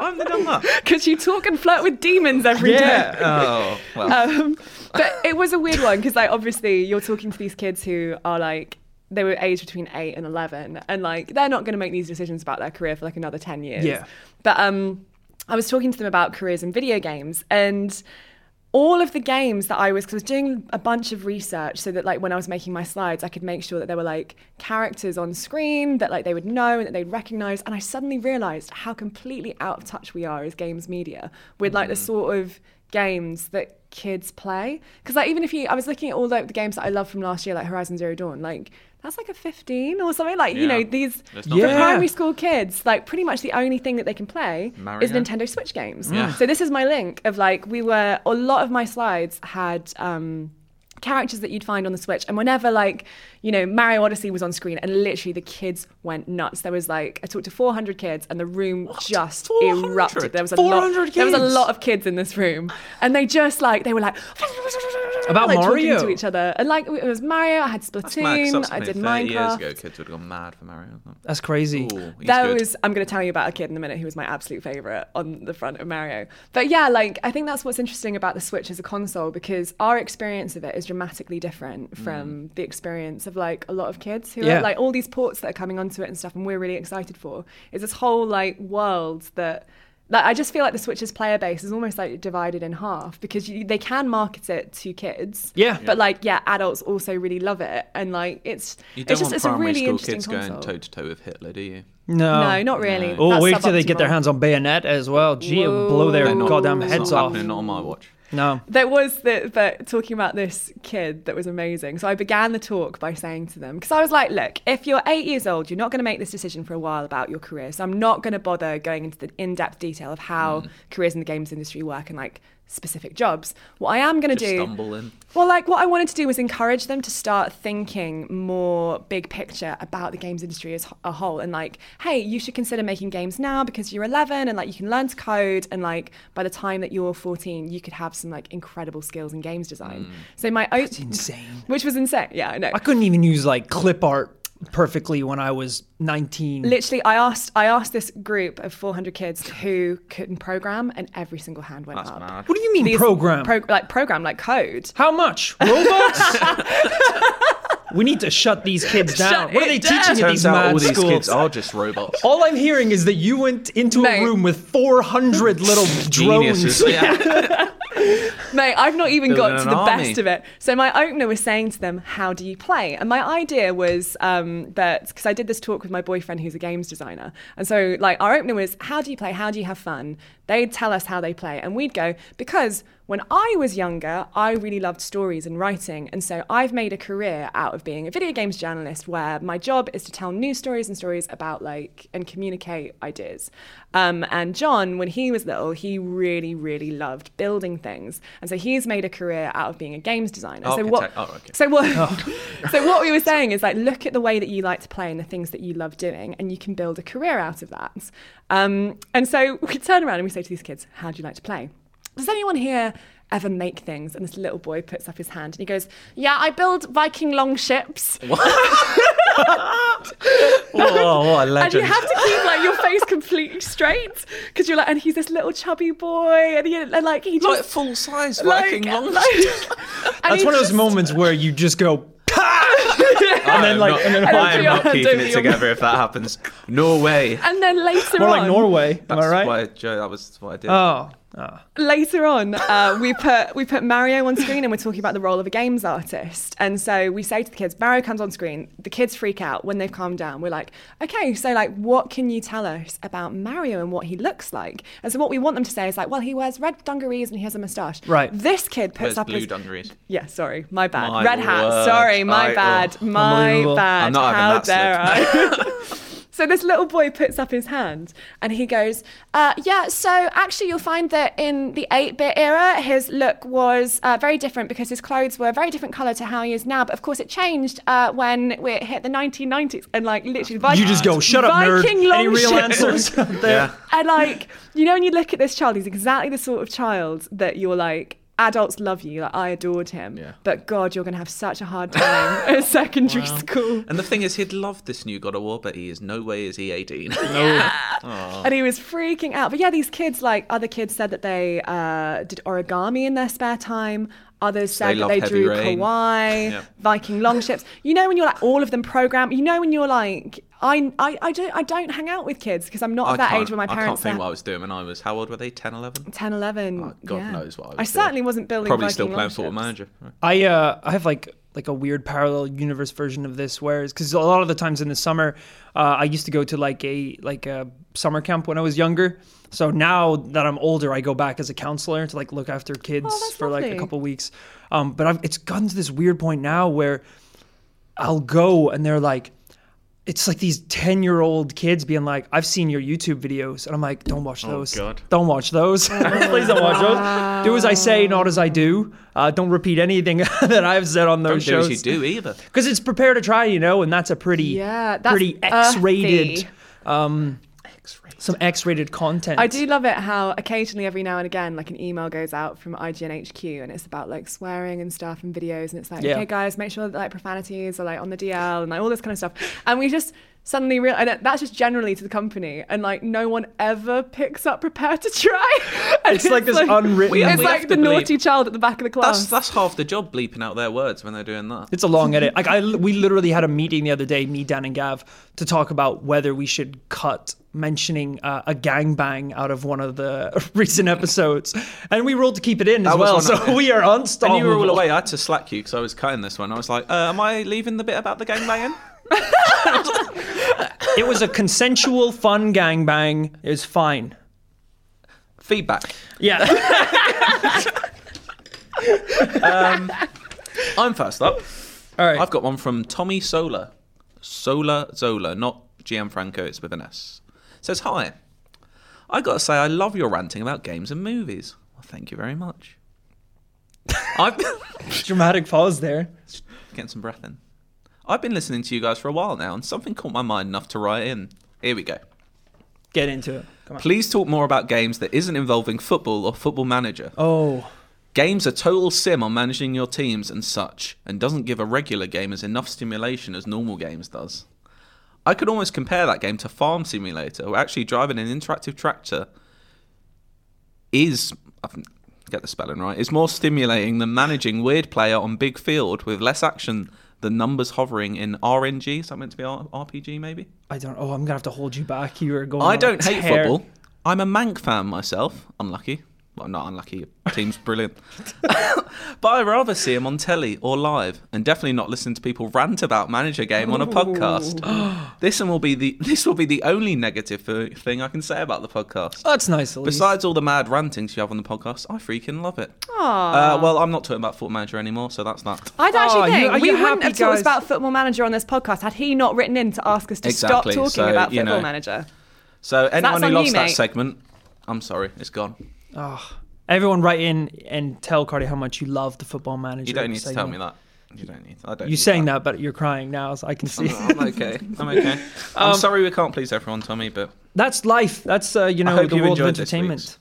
I'm the dumb one. because you talk and flirt with demons every day. Yeah. Oh well. um, but it was a weird one because like obviously you're talking to these kids who are like they were aged between 8 and 11 and like they're not going to make these decisions about their career for like another 10 years Yeah. but um I was talking to them about careers in video games and all of the games that I was, because I was doing a bunch of research so that, like, when I was making my slides, I could make sure that there were like characters on screen that, like, they would know and that they'd recognize. And I suddenly realized how completely out of touch we are as games media with, Mm. like, the sort of games that kids play. Because, like, even if you, I was looking at all like, the games that I love from last year, like Horizon Zero Dawn, like, that's like a 15 or something. Like, you Yeah. know, these, That's the not bad. primary school kids, like, pretty much the only thing that they can play is Mario. Nintendo. Nintendo Switch games. Yeah. So this is my link of like we were a lot of my slides had um characters that you'd find on the Switch and whenever like you know Mario Odyssey was on screen and literally the kids went nuts there was like I talked to 400 kids and the room just 400? erupted there was 400 a lot there was a kids? lot of kids in this room and they just like they were like About like, Mario? talking to each other and like it was Mario I had mad, 'cause Splatoon I subsequently, did 30 years ago, Minecraft kids would have gone mad for Mario. That's crazy. Ooh, he's that good. was I'm going to tell you about a kid in a minute who was my absolute favorite on the front of Mario. But yeah, like I think that's what's interesting about the Switch as a console because our experience of it is dramatically Mm. different from the experience of like a lot of kids who Yeah. are like all these ports that are coming onto it and stuff and we're really excited for is this whole like world that like I just feel like the Switch's player base is almost like divided in half because you, they can market it to kids. Yeah. But like yeah, adults also really love it and like it's You don't it's just want it's a primary really school interesting kids console. going toe to toe with Hitler, do you? No. No, not really. Oh, That's wait till they suboptimal. get their hands on bayonet as well. Gee, it would blow their They're not- goddamn it's heads not off. Happening, not on my watch. No. There was the but talking about this kid that was amazing. So I began the talk by saying to them because I was like, look, if you're eight years old, you're not going to make this decision for a while about your career. So I'm not going to bother going into the in-depth detail of how careers in the games industry work and like specific jobs. What I am going to Just do stumble in. well, like what I wanted to do was encourage them to start thinking more big picture about the games industry as a whole and like, hey, you should consider making games now because you're 11 and like you can learn to code and like by the time that you're 14, you could have some like incredible skills in games design. So my own Insane. which was insane. Yeah, I know. I couldn't even use like clip art perfectly when I was 19. Literally, I asked I asked this group of 400 kids who couldn't program, and every single hand went That's up. mad. what do you mean These- program? pro- like program, like code. How much? Robots? we need to shut these kids down. Shut what are they it teaching at down. Turns these out mad all these schools? kids are just robots. All I'm hearing is that you went into a Mate. room with 400 little drones. Geniuses. Yeah. Mate, I've not even Building got to an the army. best of it. So my opener was saying to them, "How do you play?" And my idea was um, that because I did this talk with my boyfriend, who's a games designer, and so like our opener was, "How do you play? How do you have fun?" They'd tell us how they play, and we'd go because when I was younger, I really loved stories and writing, and so I've made a career out of being a video games journalist, where my job is to tell news stories and stories about like and communicate ideas. Um, and John, when he was little, he really, really loved building things, and so he's made a career out of being a games designer. so what? Architect. Oh, okay. So what? so what we were saying is like, look at the way that you like to play and the things that you love doing, and you can build a career out of that. Um, and so we turn around and we say to these kids, "How do you like to play? Does anyone here?" Ever make things, and this little boy puts up his hand and he goes, "Yeah, I build Viking long ships." oh, what a and you legend. have to keep like your face completely straight because you're like, and he's this little chubby boy, and he and, like he like just full size like- working long. like- and That's he one of those just- moments where you just go, And then, like, and then I am I'll do not your- keeping do it your- together if that happens. No way. And then later more on, like Norway. Am That's I right? why, Joe, that was what I did. Oh. oh. later on, uh, we put we put Mario on screen, and we're talking about the role of a games artist. And so we say to the kids, Mario comes on screen. The kids freak out when they've calmed down. We're like, okay, so like, what can you tell us about Mario and what he looks like? And so what we want them to say is like, well, he wears red dungarees and he has a moustache. Right. This kid puts Where's up blue his dungarees? Yeah, sorry, my bad. My Red hat. word. Sorry, my I- bad. oh, my unbelievable. bad. I'm not having How that slip. dare I? so this little boy puts up his hand and he goes, uh, "Yeah, so actually, you'll find that in the 8-bit era, his look was uh, very different because his clothes were a very different color to how he is now. But of course, it changed uh, when we hit the 1990s and like literally, Viking, You just go, shut up, nerd. Viking Any real longships. answers out there? Yeah. And like, you know, when you look at this child, he's exactly the sort of child that you're like, adults love you. Like, I adored him. Yeah. But God, you're going to have such a hard time at secondary school. And the thing is, he'd love this new God of War, but he is no way is he 18. And he was freaking out. But yeah, these kids, like other kids said that they uh, did origami in their spare time. Others they said that love they Heavy drew Rain. kawaii, Yeah. Viking longships. You know when you're like all of them program. You know when you're like, I, I, I don't I don't hang out with kids because I'm not I of that can't- age where my I parents can't think are what I was doing when I was. How old were they? 10, 11? 10, 11. Oh, God yeah. knows what I was I doing. certainly wasn't building Probably Viking still playing Football longships. Manager. Right. I uh, I have like like a weird parallel universe version of this, whereas because a lot of the times in the summer, uh, I used to go to like a like a summer camp when I was younger. So now that I'm older, I go back as a counselor to like look after kids Oh, that's for like a lovely. couple weeks. Um, but I've, it's gotten to this weird point now where I'll go and they're like, it's like these 10 year old kids being like, I've seen your YouTube videos. And I'm like, don't watch those. God. Don't watch those. Oh, Please don't watch those. Do as I say, not as I do. Uh, don't repeat anything that I've said on Don't those do as you shows. do either. Because it's prepare to try, you know, and that's a pretty, Yeah, that's pretty X rated, earthy. some X rated content. I do love it how occasionally, every now and again, like an email goes out from IGNHQ and it's about like swearing and stuff and videos, and it's like, Yeah. okay, guys, make sure that like profanities are like on the DL and like all this kind of stuff. And we just suddenly real, and that's just generally to the company, and like no one ever picks up prepare to try. And It's like this unwritten- We- It's we like have the to bleep. naughty child at the back of the That's class. that's half the job bleeping out their words when they're doing that. It's a long edit. Like I, we literally had a meeting the other day, me, Dan, and Gav, to talk about whether we should cut mentioning uh, a gangbang out of one of the recent episodes, and we ruled to keep it in as That was well. one So of them. we are And unstoppable. you were all away. I had to slack you because I was cutting this one. I was like, uh, "Am I leaving the bit about the gangbanging?" It was a consensual, fun gangbang. It was fine. Feedback. Yeah, I'm first up. All right. I've got one from Tommy Sola. Sola Zola, not Gianfranco, it's with an S. Says, Hi. I gotta say, I love your ranting about games and movies. Well, thank you very much. I've been dramatic pause there. getting some breath in. I've been listening to you guys for a while now, and something caught my mind enough to write in. Here we go. Get into it. Come on. Please talk more about games that isn't involving football or football manager. Oh, Game's a total sim on managing your teams and such, and doesn't give a regular game as enough stimulation as normal games does. I could almost compare that game to Farm Simulator, where actually driving an interactive tractor is, I think, get the spelling right, is more stimulating than managing weird player on big field with less action than numbers hovering in RNG. Is that meant to be R- RPG, maybe? I don't. Oh, I'm gonna have to hold you back. You were going. on I a don't hate tear. football. I'm a Mank fan myself. Unlucky. Well, not unlucky. Your team's brilliant. but I rather see him on telly or live, and definitely not listen to people rant about manager game on a podcast. this one will be the this will be the only negative uh, thing I can say about the podcast. That's nice. Elise. Besides all the mad rantings you have on the podcast, I freaking love it. Uh, well, I'm not talking about Foot Manager anymore, so that's that. I would Oh, actually you- think are we you wouldn't happy, have talked guys? about Football Manager on this podcast had he not written in to ask us to stop Exactly, talking so, about you Football know. Manager. So anyone who on lost you, that mate. segment, I'm sorry, it's gone. Oh. Everyone, write in and tell Cardi how much you love the football manager. You don't need to tell segment. me that. You don't need. I don't. You're need saying that, but you're crying now, so I can see. I'm okay. I'm Um, okay. I'm sorry we can't please everyone, Tommy, but That's life. That's uh, you know hope the you world of enjoyed this entertainment.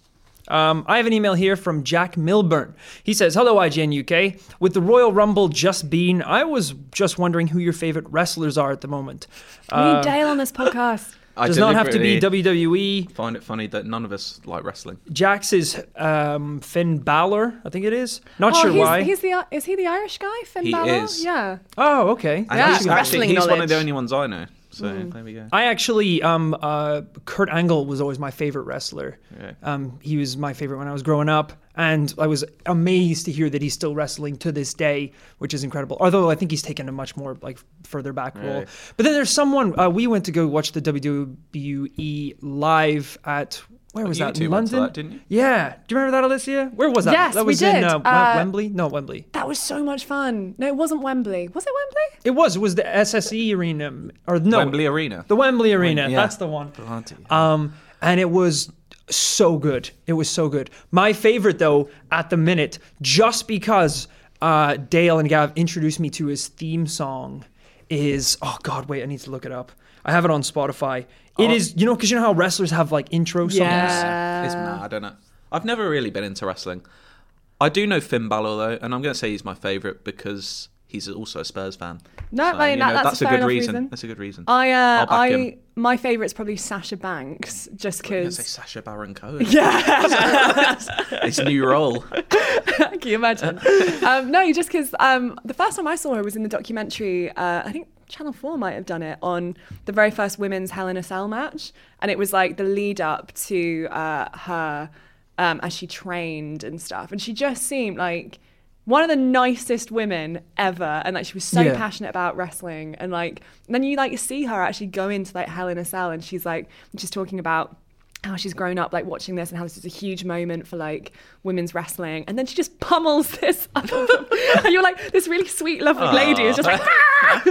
Um, I have an email here from Jack Milburn. He says, "Hello, IGN UK. With the Royal Rumble just been, I was just wondering who your favorite wrestlers are at the moment. Uh, we need Dale on this podcast. I Does not have to be deliberately WWE. Find it funny that none of us like wrestling. Jack's is um, Finn Balor, I think it is. Not oh, sure he's, why. He's the is he the Irish guy? Finn He Balor? is. Yeah. oh, okay. And Yeah, he's actually, wrestling he's one of knowledge. Hmm. the only ones I know. So there we go. I actually, um, uh, Kurt Angle was always my favorite wrestler. Um, he was my favorite when I was growing up, and I was amazed to hear that he's still wrestling to this day, which is incredible. Although I think he's taken a much more like further back role. Right. But then there's someone uh, we went to go watch the WWE live at. Where was You that? two in went to London, that, didn't you? Yeah. Do you remember that, Alicia? Where was that? Yes, that we was in did. uh, Wem- Uh, Wembley. No, Wembley. That was so much fun. No, it wasn't Wembley. Was it Wembley? It was. It was the SSE Arena, or no? Wembley Arena. The Wembley Arena. yeah. That's the one. Um, and it was so good. It was so good. My favorite, though, at the minute, just because uh, Dale and Gav introduced me to his theme song, is oh god, wait, I need to look it up. I have it on Spotify. Oh. It is, you know, because you know how wrestlers have like intro songs. Yeah. it's mad, I don't know. I've never really been into wrestling. I do know Finn Balor though, and I'm going to say he's my favourite because he's also a Spurs fan. No, I mean, you that- that's a a fair good enough reason. reason. That's a good reason. I I'll uh, back him. I my favorite's probably Sasha Banks just I was gonna say because. Sasha Baron Cohen. Yeah. His new role. Can you imagine? um, no, just because um, the first time I saw her was in the documentary. Uh, I think Channel 4 might have done it on the very first women's Hell in a Cell match. And it was like the lead up to uh, her um, as she trained and stuff. And she just seemed like one of the nicest women ever. And like she was so Yeah. passionate about wrestling. And like, then you like see her actually go into like Hell in a Cell and she's like, she's talking about how she's grown up like watching this and how this is a huge moment for like women's wrestling and then she just pummels this and you're like this really sweet lovely lady is just like "Ah!"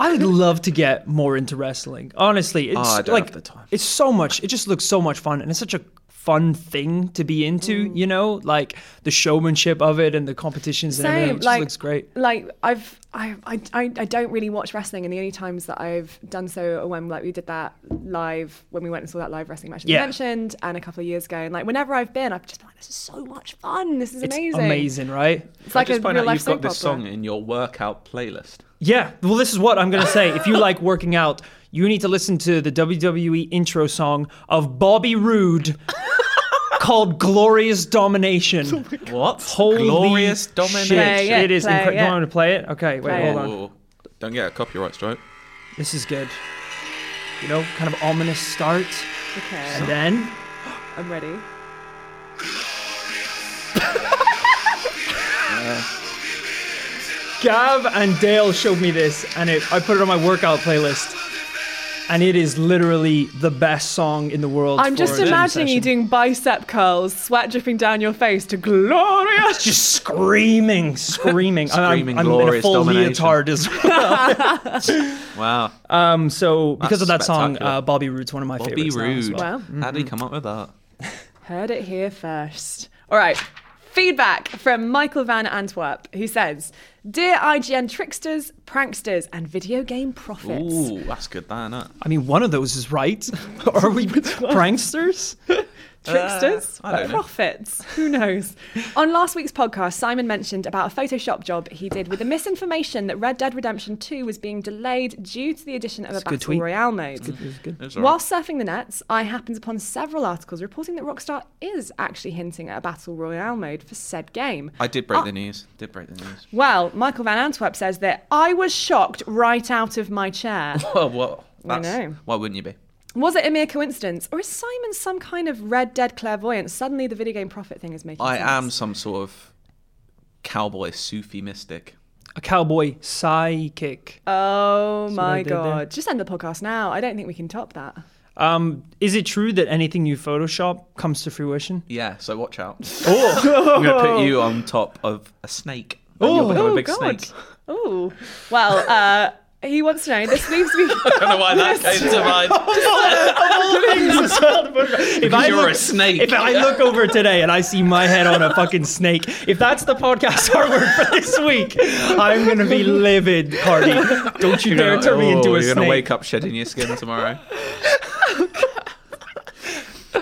I would love to get more into wrestling. Honestly, it's Oh, I don't like have the time. it's so much. It just looks so much fun, and it's such a fun thing to be into. Mm. You know, like the showmanship of it and the competitions and everything. It same just like looks great. like i've I, I i I don't really watch wrestling and the only times that i've done so are when like we did that live when we went and saw that live wrestling match that you Yeah. mentioned and a couple of years ago and like whenever i've been i've just been like this is so much fun this is amazing It's amazing, right? it's I like just a find real out life you've got soap this opera. song in your workout playlist. Yeah. Well, this is what I'm gonna say. If you like working out, you need to listen to the WWE intro song of Bobby Roode called "Glorious Domination." What? Holy Glorious domination. Oh Play it, it is play incredible. Do you it. want me to play it? Okay, wait, Play hold it. on. Ooh, Oh, Don't get a copyright stroke. This is good. You know, kind of ominous start. okay And then i'm ready Gav and Dale showed me this, and it, I put it on my workout playlist. And it is literally the best song in the world. i'm for a just gym imagining you session. doing bicep curls sweat dripping down your face to glorious Just screaming, screaming. I'm- Screaming I'm, I'm in a glorious full domination. leotard as well. Wow. Um, so because of that song, spectacular. uh, Bobby Roode's one of my Bobby favorites. now as Roode. well. well. How did he come up with that? Heard it here first. All right. Feedback from Michael Van Antwerp, who says, Dear IGN tricksters, pranksters, and video game prophets. Ooh, uh, that's good, that, innit? I mean, one of those is right. Are we pranksters? Tricksters? Uh, I don't know. prophets? Who knows? On last week's podcast, Simon mentioned about a Photoshop job he did with the misinformation that Red Dead Redemption 2 was being delayed due to the addition of That's a a good Battle tweet. Royale mode. It was alright. While surfing the nets, I happened upon several articles reporting that Rockstar is actually hinting at a Battle Royale mode for said game. I did break Ah. the news. Did break the news. Well, Michael Van Antwerp says that I was shocked right out of my chair. Oh, well, that's, know. Why wouldn't you be? was it a mere coincidence, or is Simon some kind of Red Dead clairvoyant? Suddenly, the video game profit thing is making I sense. am some sort of cowboy Sufi mystic. A cowboy psychic. Oh what I my did there. god! Just end the podcast now. I don't think we can top that. Um, is it true that anything you Photoshop comes to fruition? Yeah, so watch out. Oh, I'm going to put you on top of a snake. and Oh. you'll become a Oh, big God. snake. Oh well. Uh, he wants to know. This leaves me. I don't know why that came to mind. if I you're look, a snake. If I look over today and I see my head on a fucking snake, if that's the podcast artwork for this week, I'm gonna be livid, Cardi. Don't you dare turn me into a Oh, You're gonna snake. wake up shedding your skin tomorrow.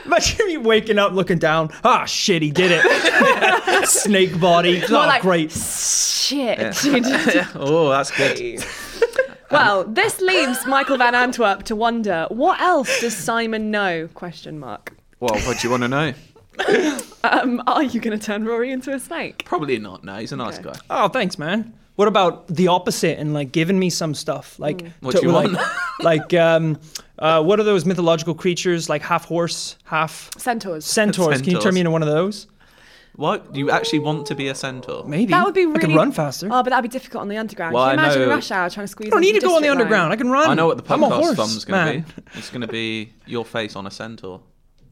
Imagine me waking up looking down. Ah, shit, he did it. snake body. Oh, like- great. Shit. oh, that's good. Well, this leaves Michael Van Antwerp to wonder what else does Simon know? Question mark. Well, what do you want to know? Um, are you going to turn Rory into a snake? Probably not. No, he's a nice Okay. guy. Oh, thanks, man. What about the opposite and like giving me some stuff? Like, What do you like, want? like, um, uh, what are those mythological creatures? Like half horse, half Centaurs. centaurs. Can you turn Centaurs. me into one of those? What? Do you actually want to be a centaur? Maybe That would be really. I could run faster. Oh, but that'd be difficult on the underground. Well, Can you I imagine know- rush hour trying to I squeeze? don't need to into go on the District underground. I Nine? can run. I know what the I'm a horse, podcast thumb's going man. to be. It's going to be your face on a centaur,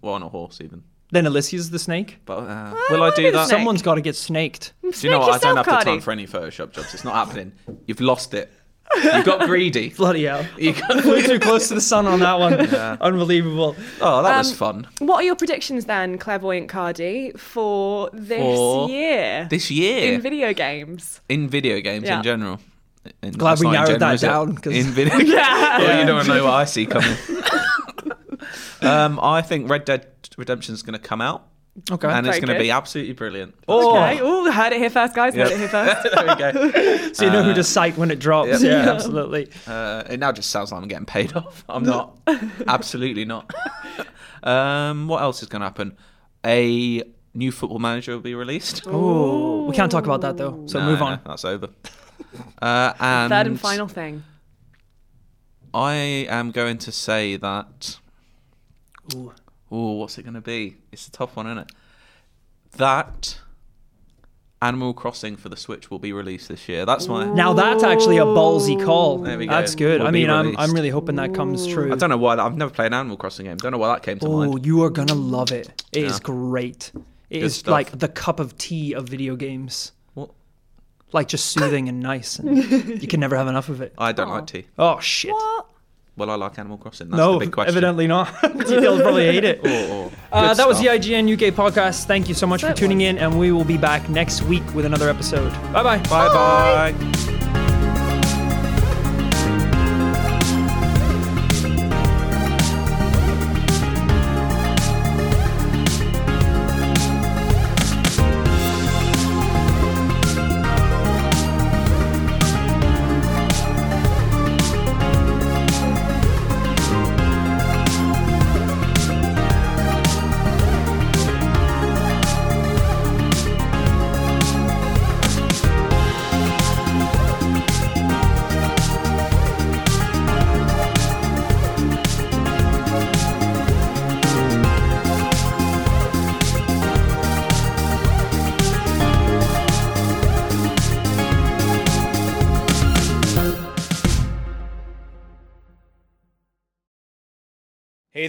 well, on a horse even. Then Alicia's the snake. But uh, will I be do the that? snake. Someone's got to get snaked. Do you know Snake what? I don't yourself, have the Cardi. time for any Photoshop jobs. It's not happening. You've lost it. You got greedy. Bloody hell! You got- Flew too close to the sun on that one. Unbelievable. Oh, that was fun. What are your predictions then, clairvoyant Cardi, for this For year This year in in, video games? video games Yeah. in general. In- Glad that's we not in narrowed that is it? down, 'cause- In video. yeah. Well, you don't know what I see coming. um, I think Red Dead Redemption's going to come out, Okay. and it's Very going to good. be absolutely brilliant. Oh. Okay. Oh, heard it here first, guys. Heard it here first. there we go. so you know uh, who to cite when it drops. yeah. Yeah, absolutely. Uh, it now just sounds like I'm getting paid off. I'm not. Absolutely not. um, what else is going to happen? A new football manager will be released. Oh, we can't talk about that though. So No, move no, on. that's over. Uh, and Third and final thing. I am going to say that. Ooh. Oh, what's it going to be? It's a tough one, isn't it? That Animal Crossing for the Switch will be released this year. That's my. Now that's actually a ballsy call. There we go. That's good. Will I be mean, I'm, released. I'm really hoping that comes true. I don't know why. that- I've never played an Animal Crossing game. Don't know why that came to Oh, mind. you are gonna love it. It is Yeah. great. It is Good stuff. like the cup of tea of video games. What? Like just soothing and nice. And you can never have enough of it. I don't like tea. Oh shit! What? Well, I like Animal Crossing. That's no, the big question. evidently not. They'll probably hate it. Oh, oh. Uh, Good that was stuff. the IGN UK podcast. Thank you so much for That tuning was- in, and we will be back next week with another episode. Bye bye. Bye bye. Hey